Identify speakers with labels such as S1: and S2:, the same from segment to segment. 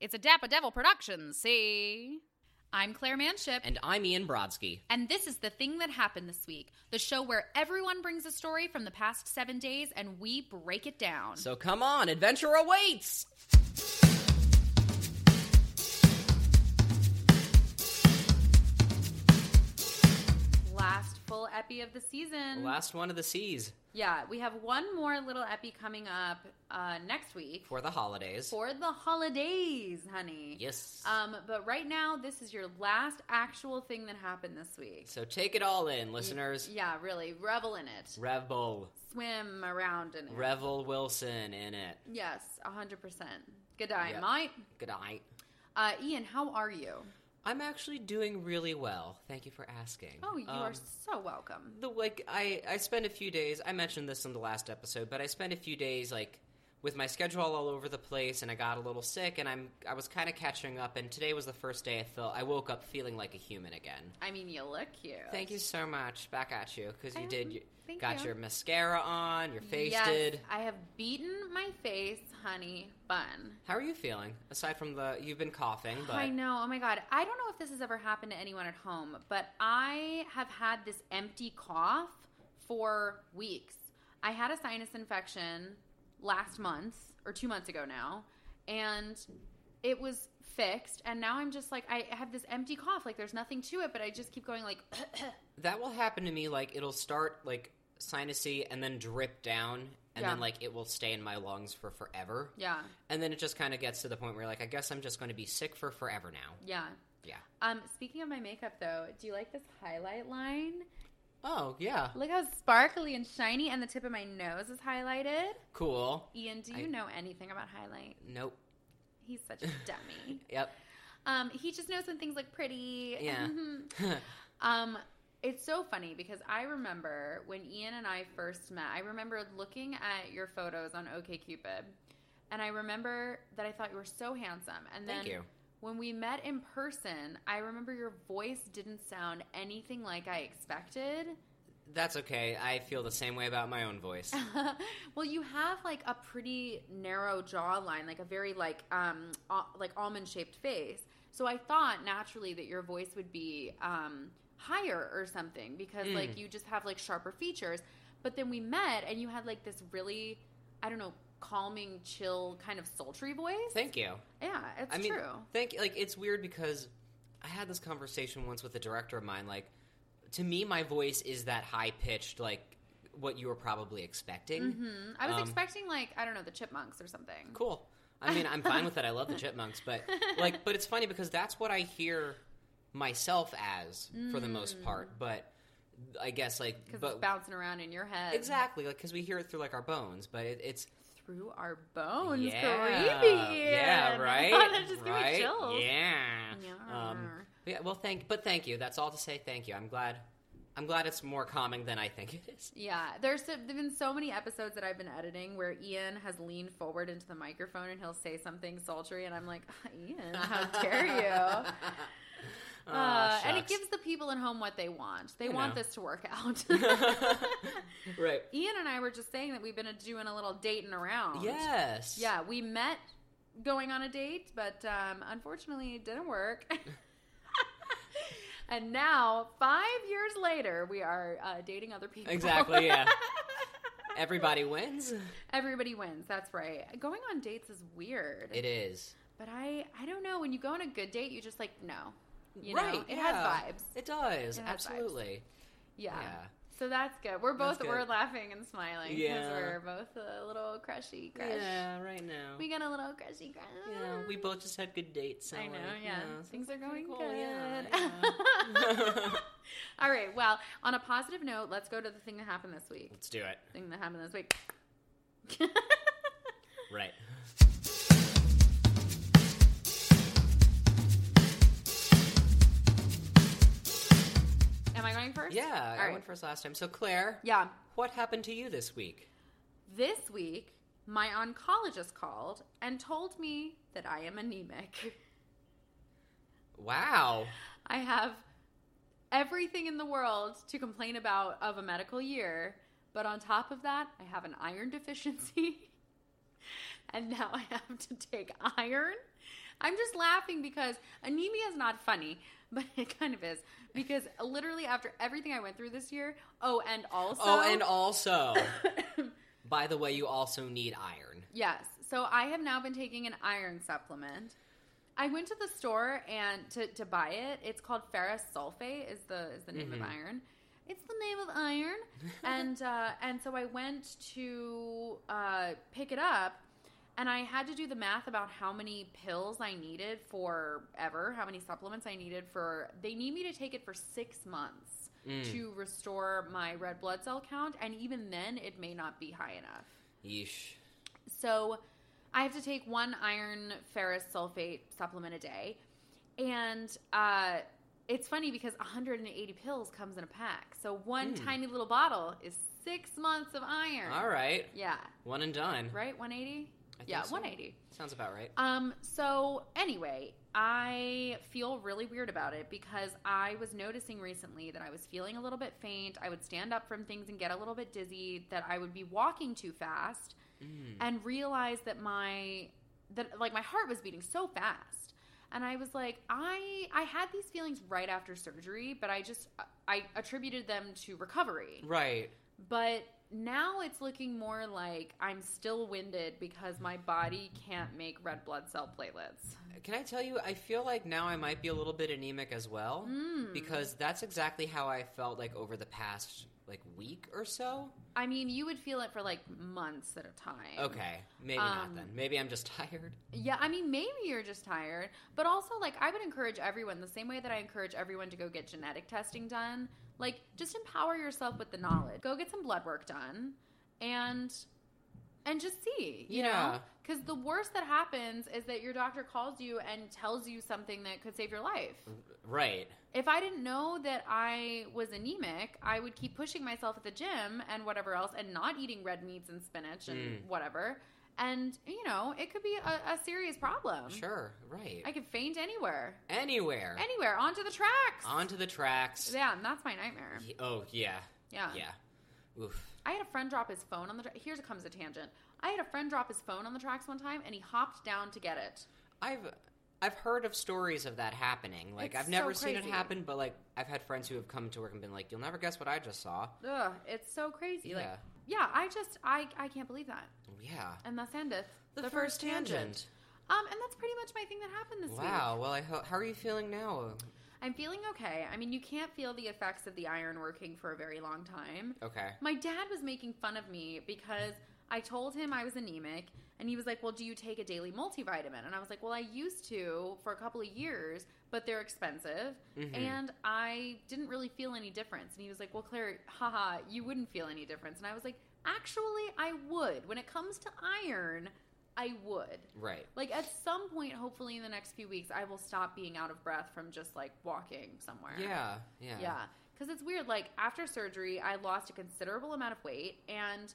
S1: It's a Dappa Devil production, see? I'm Claire Manship.
S2: And I'm Ian Brodsky.
S1: And this is The Thing That Happened This Week, the show where everyone brings a story from the past seven days and we break it down.
S2: So come on, adventure awaits!
S1: Last full epi of the season.
S2: Last one of the seas
S1: yeah, we have one more little epi coming up uh, next week
S2: for the holidays.
S1: for the holidays, honey.
S2: Yes.
S1: Um, but right now, this is your last actual thing that happened this week.
S2: so take it all in, listeners.
S1: Yeah, really. Revel in it.
S2: Revel.
S1: Swim around in it.
S2: Revel Wilson in it.
S1: Yes, 100%. Good day,
S2: Yep.
S1: mate.
S2: Good night.
S1: Uh, Ian, how are you?
S2: I'm actually doing really well. Thank you for asking.
S1: Oh, you
S2: Um,
S1: are so welcome.
S2: the like I I spent a few days. I mentioned this in the last episode, but I spent a few days like with my schedule all over the place, and I got a little sick, and I'm I was kind of catching up. And today was the first day I felt I woke up feeling like a human again.
S1: I mean, you look cute.
S2: Thank you so much. Back at you because you
S1: Um,
S2: did. You,
S1: thank
S2: got
S1: you.
S2: your mascara on. Your face
S1: Yes,
S2: did.
S1: I have beaten my face, honey. Bun.
S2: How are you feeling? Aside from the you've been coughing, but
S1: I know. Oh my God. I don't know if this has ever happened to anyone at home, but I have had this empty cough for weeks. I had a sinus infection last month or two months ago now, and it was fixed. And now I'm just like, I have this empty cough. Like there's nothing to it, but I just keep going like,
S2: that will happen to me. Like it'll start like sinusy and then drip down, and
S1: Yeah.
S2: then like it will stay in my lungs for forever.
S1: yeah,
S2: And then it just kind of gets to the point where you're like, I guess I'm just going to be sick for forever now.
S1: yeah.
S2: Yeah.
S1: Um, speaking of my makeup though, do you like this highlight line?
S2: Oh, yeah.
S1: Look how sparkly and shiny, and the tip of my nose is highlighted.
S2: Cool.
S1: Ian, do
S2: I-
S1: you know anything about highlight?
S2: Nope.
S1: He's such a dummy.
S2: Yep.
S1: Um, he just knows when things look pretty. Mm-hmm.
S2: Yeah.
S1: um, it's so funny because I remember when Ian and I first met, I remember looking at your photos on OKCupid. And I remember that I thought you were so handsome. And then
S2: Thank you.
S1: when we met in person, I remember your voice didn't sound anything like I expected.
S2: That's okay. I feel the same way about my own voice.
S1: well, you have like a pretty narrow jawline, like a very like um al- like almond shaped face. So I thought naturally that your voice would be um higher or something because
S2: Mm.
S1: like you just have like sharper features. But then we met and you had like this really I don't know calming, chill kind of sultry voice.
S2: Thank you.
S1: yeah, it's
S2: I mean, mm,
S1: true.
S2: thank Like, it's weird because I had this conversation once with a director of mine. Like, to me, my voice is that high pitched, like, what you were probably expecting.
S1: hmm I was
S2: um,
S1: expecting like I don't know the chipmunks or something.
S2: Cool. I mean, I'm fine with it. I love the chipmunks, but like, but it's funny because that's what I hear myself as for the most part. But I guess like,
S1: Because Mm. it's
S2: but
S1: bouncing around in your head.
S2: exactly like because we hear it through like our bones, but it, it's
S1: through our bones.
S2: yeah,
S1: creepy.
S2: yeah, right,
S1: that just gave
S2: right,
S1: me chills.
S2: yeah.
S1: Yeah.
S2: Um, but yeah, well, thank, but thank you. That's all to say. Thank you. I'm glad. I'm glad it's more calming than I think it is.
S1: Yeah, there's so- there've been so many episodes that I've been editing where Ian has leaned forward into the microphone and he'll say something sultry, and I'm like, "Ah, Ian, how dare you?
S2: Aw,
S1: Uh, and it
S2: shucks.
S1: gives the people at home what they want. They
S2: You
S1: want
S2: know.
S1: this to work out.
S2: right.
S1: Ian and I were just saying that we've been doing a little dating around.
S2: Yes.
S1: Yeah, we met going on a date, but um, unfortunately, it didn't work. and now, five years later, we are uh, dating other people.
S2: Exactly, yeah. Everybody wins.
S1: Everybody wins. That's right. Going on dates is weird.
S2: It is.
S1: But I, I don't know. When you go on a good date, you just like no. You know,
S2: Right,
S1: it
S2: yeah.
S1: has vibes.
S2: It does.
S1: It has vibes.
S2: absolutely.
S1: Yeah.
S2: Yeah.
S1: So that's good. We're
S2: That's
S1: both we're
S2: good.
S1: laughing and smiling because
S2: Yeah.
S1: we're both a little crushy crush.
S2: Yeah, right now.
S1: We got a little crushy crush.
S2: yeah, we both just had good dates. so,
S1: I know,
S2: like,
S1: yeah.
S2: so
S1: Things
S2: it's
S1: are
S2: pretty
S1: going
S2: cool,
S1: good.
S2: yeah, yeah.
S1: All right. Well, on a positive note, let's go to the thing that happened this week.
S2: Let's do it.
S1: Thing that happened this week.
S2: Right.
S1: Am I going first?
S2: Yeah, I
S1: right.
S2: went first last time. So Claire,
S1: Yeah.
S2: what happened to you this week?
S1: This week, my oncologist called and told me that I am anemic.
S2: Wow.
S1: I have everything in the world to complain about of a medical year, but on top of that, I have an iron deficiency. and now I have to take iron I'm just laughing because anemia is not funny, but it kind of is. Because literally after everything I went through this year, oh, and also.
S2: oh, and also, by the way, you also need iron.
S1: Yes. So I have now been taking an iron supplement. I went to the store and to, to buy it. It's called ferrous sulfate is the is the name
S2: Mhm.
S1: of iron. It's the name of iron. and uh, and so I went to uh, pick it up and I had to do the math about how many pills I needed for ever, how many supplements I needed for they need me to take it for 6 months
S2: Mm.
S1: to restore my red blood cell count and even then it may not be high enough.
S2: Yeesh.
S1: So I have to take one iron ferrous sulfate supplement a day. And uh, it's funny because 180 pills comes in a pack. So one
S2: Mm.
S1: tiny little bottle is six months of iron.
S2: All right,
S1: Yeah.
S2: one and done.
S1: Right? 180?
S2: I
S1: Yeah,
S2: think so.
S1: 180.
S2: Sounds about right.
S1: Um, so anyway, I feel really weird about it because I was noticing recently that I was feeling a little bit faint. I would stand up from things and get a little bit dizzy, that I would be walking too fast
S2: Mm.
S1: and realized that my that like my heart was beating so fast and i was like i i had these feelings right after surgery but i just i attributed them to recovery
S2: Right.
S1: but now it's looking more like i'm still winded because my body can't make red blood cell platelets
S2: Can I tell you, I feel like now I might be a little bit anemic as well.
S1: Mm.
S2: Because that's exactly how I felt like over the past like week or so.
S1: i mean you would feel it for like months at a time
S2: Okay, maybe
S1: Um,
S2: not then. Maybe I'm just tired.
S1: Yeah, I mean, maybe you're just tired, but also, like, I would encourage everyone the same way that I encourage everyone to go get genetic testing done. Like, just empower yourself with the knowledge. Go get some blood work done, and and just see, you know,
S2: Yeah.
S1: because the worst that happens is that your doctor calls you and tells you something that could save your life.
S2: Right.
S1: If I didn't know that I was anemic, I would keep pushing myself at the gym and whatever else and not eating red meats and spinach and
S2: Mm.
S1: whatever. And, you know, it could be a, a serious problem.
S2: Sure. Right.
S1: Um, I could faint anywhere.
S2: Anywhere.
S1: Anywhere. Onto the tracks.
S2: Onto the tracks.
S1: Yeah, and that's my nightmare.
S2: Ye- Oh yeah.
S1: Yeah.
S2: Yeah. Oof.
S1: I had a friend drop his phone on the tra- Here comes a tangent. I had a friend drop his phone on the tracks one time and he hopped down to get it.
S2: I've I've heard of stories of that happening. Like
S1: It's
S2: I've never
S1: so
S2: seen it
S1: crazy.
S2: happen, but like I've had friends who have come to work and been like, "You'll never guess what I just saw."
S1: Ugh, it's so crazy.
S2: Yeah. Oh,
S1: Like, yeah, I just, I, I can't believe that.
S2: yeah.
S1: And thus endeth
S2: The, first tangent.
S1: Um, and that's pretty much my thing that happened this week.
S2: Wow. Well, I ho- how are you feeling now?
S1: I'm feeling okay. I mean, you can't feel the effects of the iron working for a very long time.
S2: Okay.
S1: My dad was making fun of me because I told him I was anemic, and he was like, Well, do you take a daily multivitamin? And I was like, Well, I used to for a couple of years, but they're expensive,
S2: Mhm.
S1: and I didn't really feel any difference. And he was like, Well, Claire, haha, you wouldn't feel any difference. And I was like, Actually, I would. When it comes to iron, I would.
S2: Right.
S1: Like at some point, hopefully in the next few weeks, I will stop being out of breath from just like walking somewhere.
S2: Yeah. Yeah.
S1: Yeah. Because it's weird. Like after surgery, I lost a considerable amount of weight. And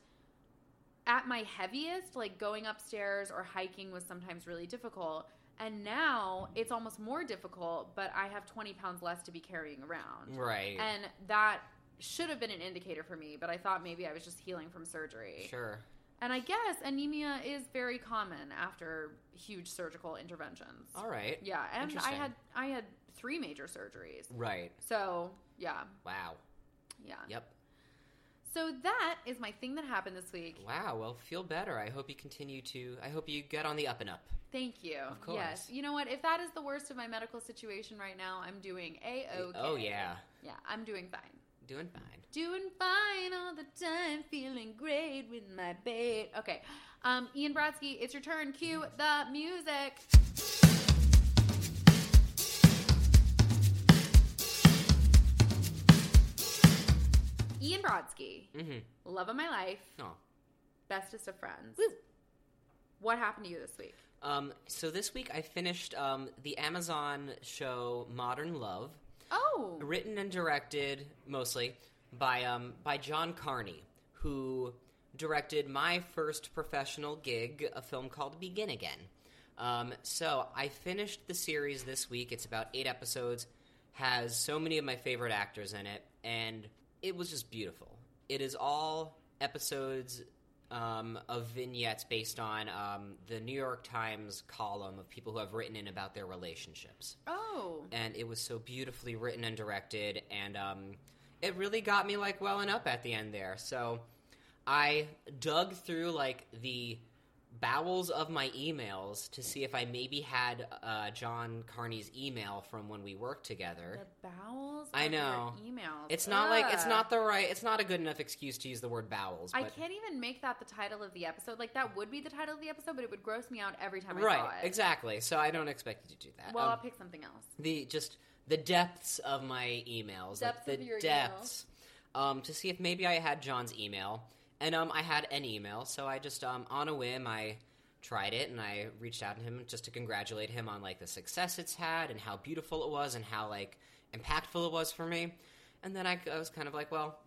S1: at my heaviest, like going upstairs or hiking was sometimes really difficult. And now it's almost more difficult, but I have 20 pounds less to be carrying around.
S2: Right.
S1: And that should have been an indicator for me, but I thought maybe I was just healing from surgery.
S2: Sure.
S1: And I guess anemia is very common after huge surgical interventions.
S2: All right.
S1: Yeah, and I
S2: Interesting.
S1: had I had three major surgeries.
S2: Right.
S1: So, yeah.
S2: Wow.
S1: Yeah.
S2: Yep.
S1: So that is my thing that happened this week.
S2: Wow. Well, feel better. I hope you continue to. I hope you get on the up and up.
S1: Thank you.
S2: Of course.
S1: Yes. You know what? If that is the worst of my medical situation right now, I'm doing a okay.
S2: Oh yeah,
S1: Yeah, I'm doing fine.
S2: doing fine.
S1: Doing fine all the time, feeling great with my babe. Okay. Um, Ian Brodsky, it's your turn. Cue the music. Ian Brodsky,
S2: Mm-hmm.
S1: love of my life,
S2: Oh.
S1: bestest of friends.
S2: Woo.
S1: What happened to you this week?
S2: Um. So this week I finished um the Amazon show Modern Love,
S1: Oh,
S2: written and directed mostly by um by John Carney, who directed my first professional gig, a film called Begin Again. Um, so I finished the series this week. It's about eight episodes, has so many of my favorite actors in it, and it was just beautiful. It is all episodes uh, um, of vignettes based on um, the New York Times column of people who have written in about their relationships.
S1: Oh.
S2: And it was so beautifully written and directed, and um, it really got me like welling up at the end there. So I dug through like the bowels of my emails to see if I maybe had uh, John Carney's email from when we worked together.
S1: The bowels.
S2: I
S1: of your
S2: know.
S1: Emails.
S2: It's not like it's
S1: Ugh.
S2: not the right. It's not a good enough excuse to use the word bowels. But,
S1: I can't even make that the title of the episode. Like that would be the title of the episode, but it would gross me out every time I saw
S2: Right,
S1: it.
S2: exactly. So I don't expect you to do that.
S1: Well,
S2: Um,
S1: I'll pick something else.
S2: the just the depths of my emails,
S1: Depth
S2: like
S1: of
S2: the
S1: your
S2: depths, um, to see if maybe I had John's email, and um, I had an email, so I just um, on a whim I tried it and I reached out to him just to congratulate him on like the success it's had and how beautiful it was and how like impactful it was for me, and then I, I was kind of like, well,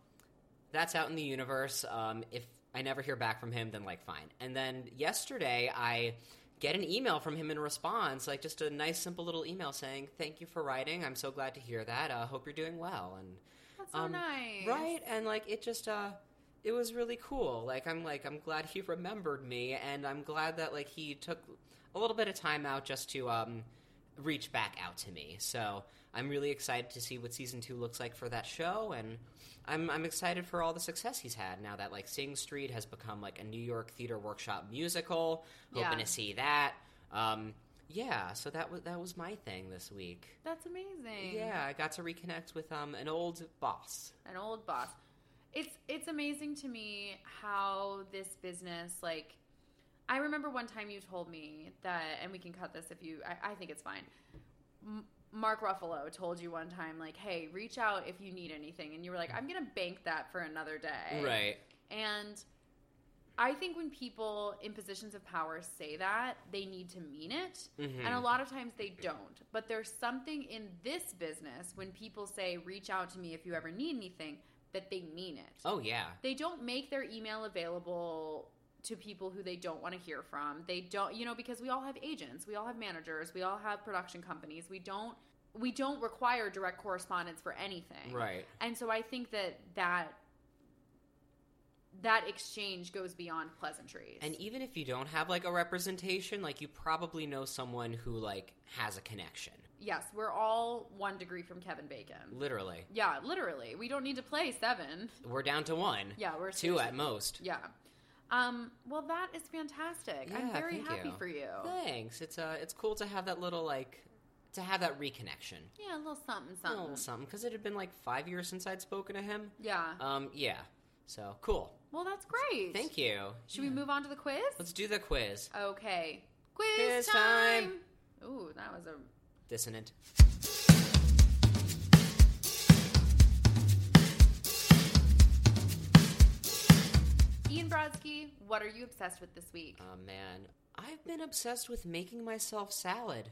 S2: that's out in the universe. Um, if I never hear back from him, then like fine. And then yesterday, I get an email from him in response, like just a nice, simple little email saying, "Thank you for writing. I'm so glad to hear that. Uh, hope you're doing well." And
S1: That's so
S2: um,
S1: nice.
S2: right, and like it just, uh, it was really cool. Like I'm like I'm glad he remembered me, and I'm glad that like he took a little bit of time out just to um, reach back out to me. So. I'm really excited to see what season two looks like for that show, and I'm I'm excited for all the success he's had now that like Sing Street has become like a New York theater workshop musical. Hoping
S1: Yeah.
S2: to see that. Um, yeah, so that was that was my thing this week.
S1: That's amazing.
S2: Yeah, I got to reconnect with um an old boss.
S1: An old boss. It's it's amazing to me how this business like I remember one time you told me that and we can cut this if you I, I think it's fine. M- Mark Ruffalo told you one time like, "Hey, reach out if you need anything." And you were like, "I'm going to bank that for another day."
S2: Right.
S1: And I think when people in positions of power say that, they need to mean it.
S2: Mhm.
S1: And a lot of times they don't. But there's something in this business when people say, reach out to me if you ever need anything, that they mean it.
S2: Oh yeah.
S1: They don't make their email available to people who they don't want to hear from. They don't, you know, because we all have agents, we all have managers, we all have production companies. We don't we don't require direct correspondence for anything.
S2: Right.
S1: And so I think that that that exchange goes beyond pleasantries.
S2: And e- even if you don't have like a representation, like you probably know someone who like has a connection.
S1: yes, we're all one degree from Kevin Bacon.
S2: Literally.
S1: Yeah, literally. We don't need to play seven.
S2: We're down to one.
S1: Yeah, we're
S2: Two
S1: seriously-
S2: at most.
S1: Yeah. Um, well, that is fantastic. I'm
S2: Yeah,
S1: very
S2: thank
S1: happy
S2: you.
S1: for you.
S2: Thanks. It's uh it's cool to have that little like to have that reconnection.
S1: Yeah, a little something,
S2: A
S1: something.
S2: little something because it had been like five years since I'd spoken to him.
S1: Yeah.
S2: Um, yeah. So cool.
S1: Well, that's great.
S2: Thank you.
S1: Should we move on to the quiz?
S2: Let's do the quiz.
S1: Okay. Quiz,
S2: Quiz
S1: time.
S2: time.
S1: Ooh, that was a
S2: Dissonant.
S1: Ian Brodsky, what are you obsessed with this week?
S2: Oh man, I've been obsessed with making myself salad.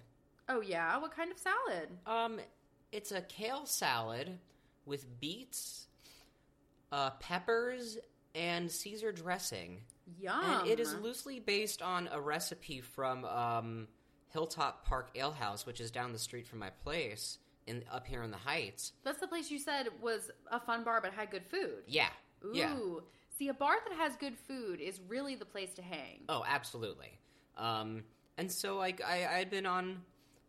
S1: Oh yeah, what kind of salad?
S2: Um, it's a kale salad with beets, uh, peppers, and Caesar dressing,
S1: Yum.
S2: and it is
S1: Um.
S2: loosely based on a recipe from um, Hilltop Park Ale House, which is down the street from my place in up here in the Heights.
S1: That's the place you said was a fun bar but had good food.
S2: Yeah.
S1: Ooh.
S2: Yeah.
S1: See, a bar that has good food is really the place to hang.
S2: Oh, absolutely. Um, and so like I I had been on,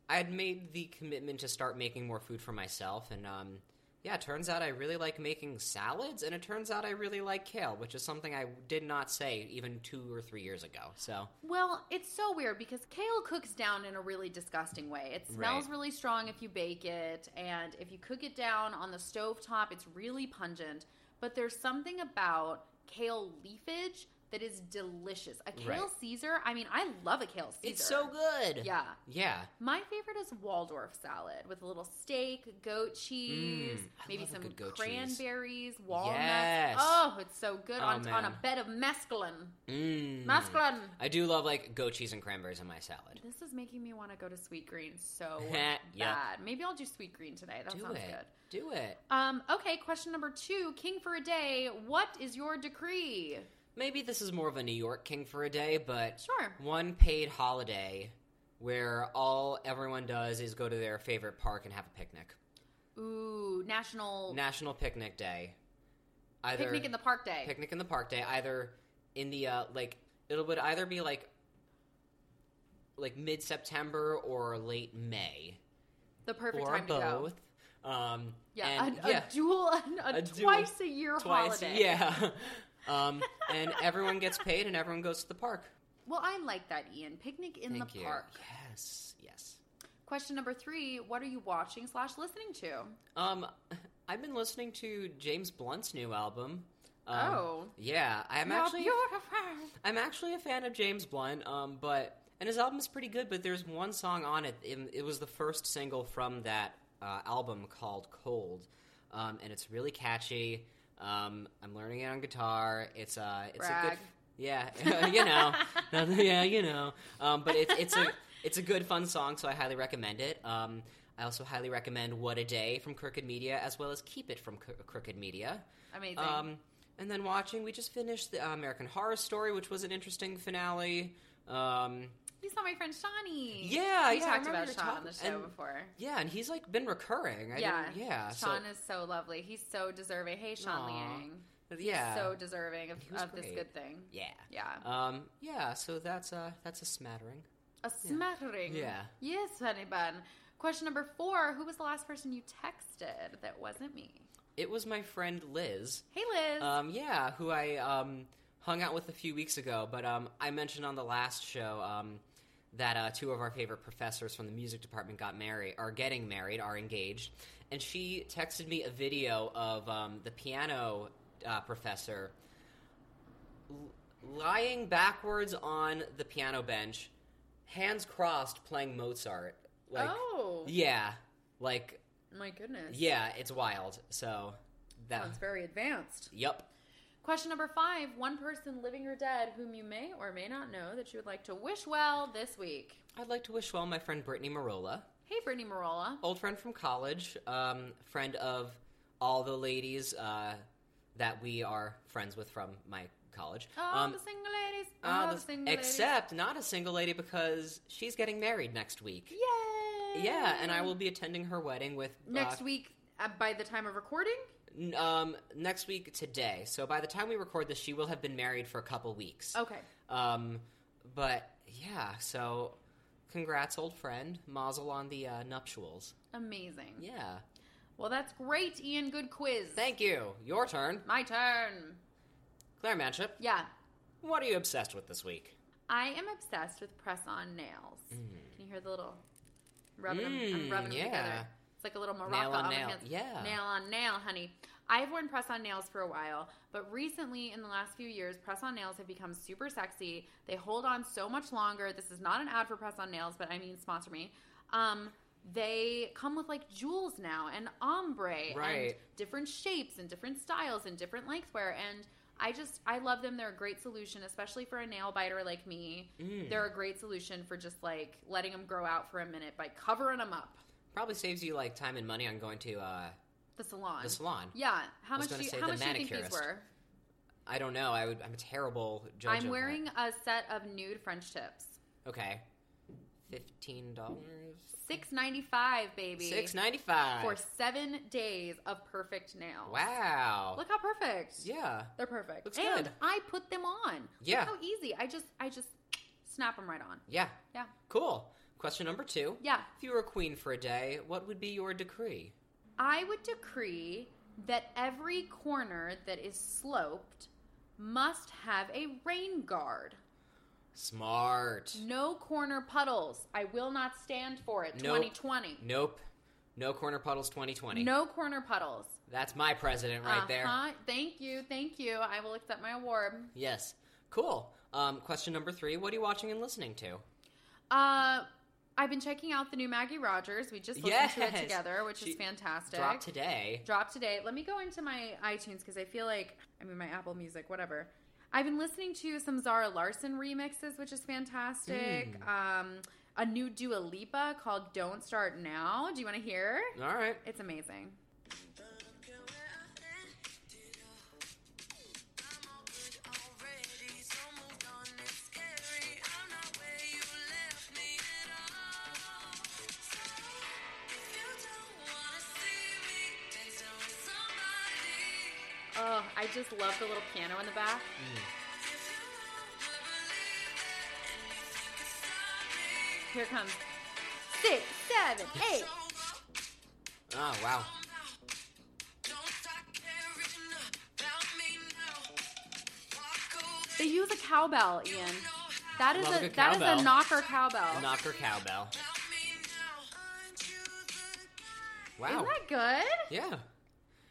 S2: I had made the commitment to start making more food for myself, and um, yeah, it turns out I really like making salads, and it turns out I really like kale, which is something I did not say even two or three years ago. So
S1: Well, it's so weird because kale cooks down in a really disgusting way. It smells
S2: Right.
S1: really strong if you bake it, and if you cook it down on the stove top, it's really pungent. But there's something about kale leafage that is delicious. A kale
S2: Right.
S1: Caesar, I mean, I love a kale Caesar.
S2: it's so good.
S1: Yeah.
S2: Yeah.
S1: My favorite is Waldorf salad with a little steak, goat cheese,
S2: Mm, I
S1: maybe
S2: love a
S1: some
S2: good goat cheese.
S1: cranberries, walnuts.
S2: Yes.
S1: Oh, it's so good
S2: Oh,
S1: on, on a
S2: man.
S1: bed of mescaline.
S2: Mm.
S1: Mescaline.
S2: I do love like goat cheese and cranberries in my salad.
S1: This is making me want to go to Sweet Green so
S2: Yeah.
S1: bad. Maybe I'll do Sweet Green today. That
S2: do
S1: sounds
S2: it.
S1: good.
S2: Do it.
S1: Um, okay, question number two King for a day, what is your decree?
S2: Maybe this is more of a New York king for a day, but
S1: Sure.
S2: one paid holiday where all everyone does is go to their favorite park and have a picnic.
S1: Ooh, National
S2: National Picnic Day. Either
S1: Picnic in the Park Day.
S2: Picnic in the Park Day, either in the uh, like it would either be like like mid September or late May
S1: The perfect
S2: or
S1: time to go.
S2: both. Um,
S1: Yeah,
S2: and-
S1: a,
S2: yeah,
S1: a dual, a,
S2: A dual-
S1: twice a year
S2: twice,
S1: holiday.
S2: yeah. Um, and everyone gets paid, and everyone goes to the park.
S1: Well, I like that, Ian. Picnic in
S2: Thank
S1: the
S2: you.
S1: park.
S2: Yes, yes.
S1: Question number three: What are you watching slash listening to?
S2: Um, I've been listening to James Blunt's new album. Um,
S1: Oh.
S2: yeah. I'm
S1: You're
S2: actually
S1: beautiful.
S2: I'm actually a fan of James Blunt. Um, but and his album is pretty good. But there's one song on it. and It, was the first single from that uh, album called Cold, um, and it's really catchy. Um, I'm learning it on guitar. It's uh, it's a
S1: Brag.
S2: good. Yeah, you know, Nothing- yeah, you know. Um, but it's it's a it's a good fun song, so I highly recommend it. Um, I also highly recommend "What a Day" from Crooked Media, as well as "Keep It" from Cro- Crooked Media.
S1: Amazing.
S2: Um, and then watching, we just finished the uh, American Horror Story, which was an interesting finale. Um,
S1: you saw my friend Shawnee.
S2: yeah,
S1: we
S2: yeah, I
S1: talked
S2: remember
S1: about
S2: you
S1: Sean on
S2: talking-
S1: the show
S2: and-
S1: before.
S2: yeah, and he's like been recurring. I
S1: yeah,
S2: didn't- yeah,
S1: Sean
S2: so,
S1: is so lovely. He's so deserving. Hey, Sean
S2: Aw.
S1: Liang.
S2: yeah,
S1: so deserving of,
S2: He was
S1: of this
S2: great.
S1: good thing.
S2: yeah,
S1: Yeah,
S2: um, yeah. So that's a that's a smattering.
S1: a smattering.
S2: Yeah.
S1: Yes, honey bun. Question number four: Who was the last person you texted that wasn't me?
S2: It was my friend Liz.
S1: Hey, Liz.
S2: Um, yeah, who I um, hung out with a few weeks ago, but um, I mentioned on the last show um, that uh, two of our favorite professors from the music department got married, are getting married, are engaged, and she texted me a video of um, the piano uh, professor l- lying backwards on the piano bench, hands crossed, playing Mozart. Like,
S1: oh
S2: yeah, like
S1: my goodness.
S2: yeah, it's wild. So that
S1: sounds very advanced.
S2: yep.
S1: Question number five: One person, living or dead, whom you may or may not know that you would like to wish well this week.
S2: I'd like to wish well my friend Brittany Marola,
S1: Hey, Brittany Marola.
S2: old friend from college, um, friend of all the ladies uh, that we are friends with from my college.
S1: All
S2: Um,
S1: the single ladies. All
S2: uh,
S1: the
S2: the-
S1: single
S2: except not a single lady because she's getting married next week.
S1: ladies. Yay!
S2: Yeah, and I will be attending her wedding with
S1: next
S2: uh,
S1: week uh, by the time of recording.
S2: n- um, next week today. So by the time we record this, she will have been married for a couple weeks.
S1: Okay.
S2: Um, but yeah, so congrats, old friend. Mazel on the uh, nuptials.
S1: Amazing.
S2: Yeah.
S1: Well, that's great, Ian. Good quiz.
S2: Thank you. Your turn.
S1: My turn.
S2: Claire Manship,
S1: Yeah.
S2: what are you obsessed with this week?
S1: I am obsessed with press on nails. Can you hear the little rubbing them? I'm
S2: Mm,
S1: rubbing them
S2: yeah.
S1: together. It's like a little maraca
S2: Nail on
S1: my
S2: nail.
S1: hands.
S2: Yeah.
S1: Nail on nail, honey. I've worn press on nails for a while, but recently in the last few years, press on nails have become super sexy. They hold on so much longer. This is not an ad for press on nails, but I mean, sponsor me. Um, they come with like jewels now and ombre and
S2: Right.
S1: different shapes and different styles and different lengthware and I just I love them. They're a great solution, especially for a nail biter like me.
S2: Mm.
S1: They're a great solution for just like letting them grow out for a minute by covering them up.
S2: Probably saves you like time and money on going to uh,
S1: The salon.
S2: the salon.
S1: Yeah. How
S2: I was
S1: much do
S2: gonna
S1: you,
S2: say
S1: how
S2: the
S1: much do you think these
S2: manicurist.
S1: were?
S2: I don't know. I would. I'm a terrible judge. of
S1: I'm
S2: that.
S1: wearing a set of nude French tips.
S2: Okay. Fifteen dollars.
S1: Six ninety five, baby.
S2: Six ninety five.
S1: for seven days of perfect nails.
S2: Wow.
S1: Look how perfect.
S2: yeah.
S1: They're perfect.
S2: Looks
S1: and
S2: good.
S1: I put them on.
S2: Yeah.
S1: Look how easy. I just I just snap them right on.
S2: Yeah.
S1: Yeah.
S2: Cool. Question number two.
S1: Yeah.
S2: If you were a queen for a day, what would be your decree?
S1: I would decree that every corner that is sloped must have a rain guard.
S2: Smart.
S1: No corner puddles. I will not stand for it.
S2: Nope.
S1: 2020.
S2: Nope. No corner puddles. 2020.
S1: No corner puddles.
S2: That's my president right there.
S1: Uh-huh. Thank you. Thank you. I will accept my award.
S2: Yes. Cool. Um, question number three What are you watching and listening to?
S1: Uh, I've been checking out the new Maggie Rogers. We just listened to it
S2: Yes.
S1: together, which
S2: She
S1: is fantastic.
S2: Drop today.
S1: drop today. Let me go into my iTunes because I feel like I mean my Apple Music, whatever. I've been listening to some Zara Larson remixes, which is fantastic.
S2: Mm.
S1: Um, a new Dua Lipa called "Don't Start Now." Do you want to hear?
S2: All right.
S1: It's amazing.
S3: Somebody
S1: Oh, I just love the little piano in the back. Here it comes. Six, seven, eight.
S2: Oh wow.
S1: They use a cowbell, Ian. That is
S2: Love a
S1: a,
S2: good
S1: that is a
S2: cowbell.
S1: knocker cowbell.
S2: Knocker cowbell. Wow.
S1: Isn't that good?
S2: Yeah.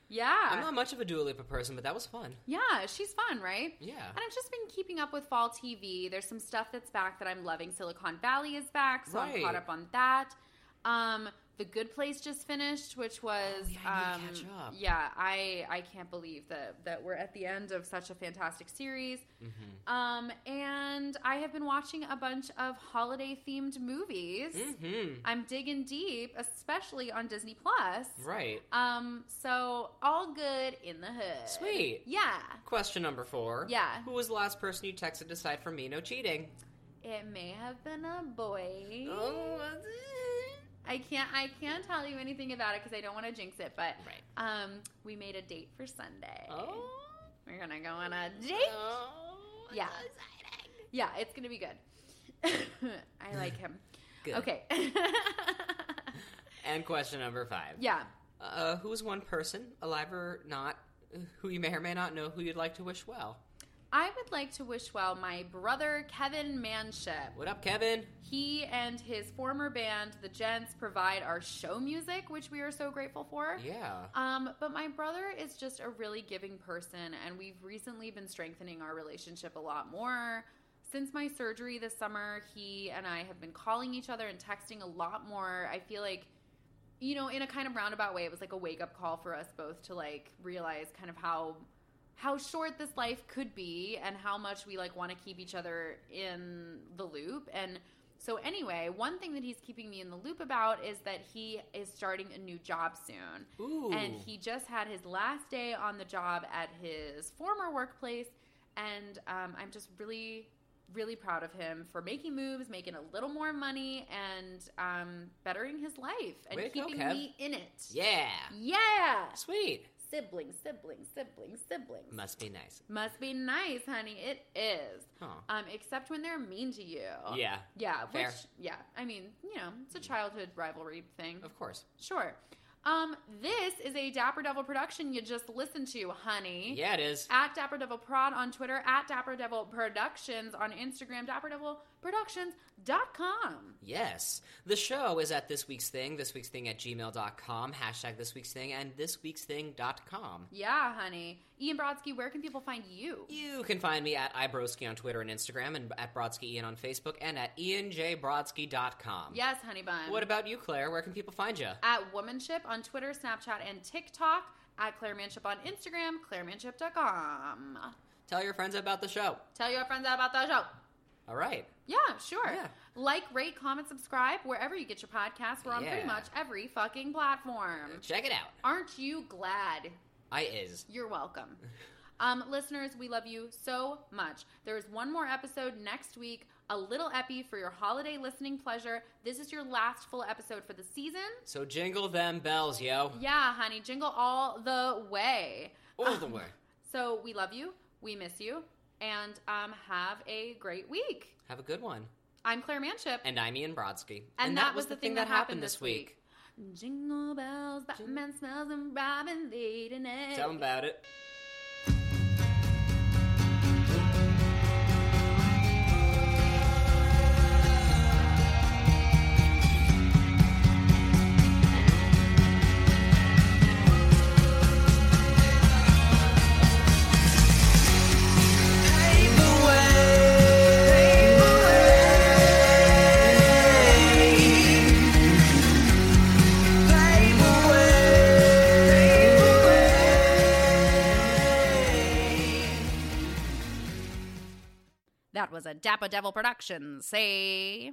S1: Yeah.
S2: I'm not much of a Dua Lipa person, but that was fun.
S1: yeah, she's fun, right?
S2: Yeah.
S1: And I've just been keeping up with fall TV. There's some stuff that's back that I'm loving. Silicon Valley is back, so I'm
S2: Right.
S1: caught up on that. Um, the Good Place just finished, which was
S2: Oh, yeah, I need to
S1: um,
S2: catch up.
S1: yeah, I I can't believe that that we're at the end of such a fantastic series.
S2: Mm-hmm.
S1: Um, and I have been watching a bunch of holiday themed movies.
S2: Mm-hmm.
S1: I'm digging deep, especially on Disney Plus.
S2: Right.
S1: Um, so all good in the hood.
S2: Sweet.
S1: Yeah,
S2: Question number four.
S1: Yeah.
S2: Who was the last person you texted aside from me? No cheating.
S1: it may have been a boy.
S2: Oh, was it?
S1: I can't. I can't tell you anything about it because I don't want to jinx it. But
S2: Right.
S1: um, we made a date for Sunday.
S2: Oh.
S1: We're gonna go on a date.
S2: Oh,
S1: Yeah.
S2: so exciting.
S1: Yeah, it's gonna be good. I like him.
S2: Good.
S1: Okay.
S2: And question number five.
S1: yeah.
S2: Uh, who is one person, alive or not, who you may or may not know who you'd like to wish well?
S1: I would like to wish well my brother Kevin Manship.
S2: What up, Kevin?
S1: He and his former band, The Gents, provide our show music, which we are so grateful for.
S2: Yeah.
S1: Um, but my brother is just a really giving person, and we've recently been strengthening our relationship a lot more. Since my surgery this summer, he and I have been calling each other and texting a lot more. I feel like, you know, in a kind of roundabout way, it was like a wake up call for us both to like realize kind of how how short this life could be and how much we like want to keep each other in the loop and so anyway one thing that he's keeping me in the loop about is that he is starting a new job soon
S2: Ooh.
S1: and he just had his last day on the job at his former workplace. And um, I'm just really, really proud of him for making moves, making a little more money, and um, bettering his life and
S2: Way to go,
S1: keeping
S2: Kev.
S1: me in it.
S2: Yeah.
S1: Yeah.
S2: Sweet.
S1: Siblings, siblings, siblings, siblings.
S2: Must be nice.
S1: Must be nice, honey. It is.
S2: Huh.
S1: Um, except when they're mean to you.
S2: Yeah.
S1: Yeah.
S2: Fair.
S1: Which, yeah. I mean, you know, it's a childhood rivalry thing.
S2: Of course.
S1: Sure. Um, this is a Dapper Devil production you just listened to, honey.
S2: Yeah, it is.
S1: At Dapper Devil Prod on Twitter, at Dapper Devil Productions on Instagram, Dapper Devil Productions.com.
S2: Yes. The show is at this week's thing, this week's thing at gmail.com, hashtag this week's thing, and this week's thing.com.
S1: Yeah, honey. Ian Brodsky, where can people find you?
S2: You can find me at iBroski on Twitter and Instagram, and at Brodsky Ian on Facebook, and at ianjbrodsky.com.
S1: Yes, honey bun.
S2: What about you, Claire? Where can people find you?
S1: at Womanship on Twitter, Snapchat, and TikTok. At Claire Manship on Instagram, ClaireManship.com.
S2: Tell your friends about the show.
S1: Tell your friends about the show.
S2: All right.
S1: Yeah, sure.
S2: Yeah.
S1: Like, rate, comment, subscribe wherever you get your podcasts. We're on pretty
S2: Yeah.
S1: much every fucking platform.
S2: Check it out.
S1: Aren't you glad?
S2: I is.
S1: You're welcome. Um, listeners, we love you so much. There is one more episode next week, a little epi for your holiday listening pleasure. This is your last full episode for the season.
S2: So jingle them bells, yo.
S1: Yeah, honey, jingle all the way.
S2: All the way.
S1: So we love you, we miss you, and um, have a great week.
S2: Have a good one.
S1: I'm Claire Manship.
S2: And I'm Ian Brodsky.
S1: And that was the thing that happened this week. Jingle bells, Batman smells and Robin late in it.
S2: Tell them about it.
S1: That was a Dapper Devil production. Say.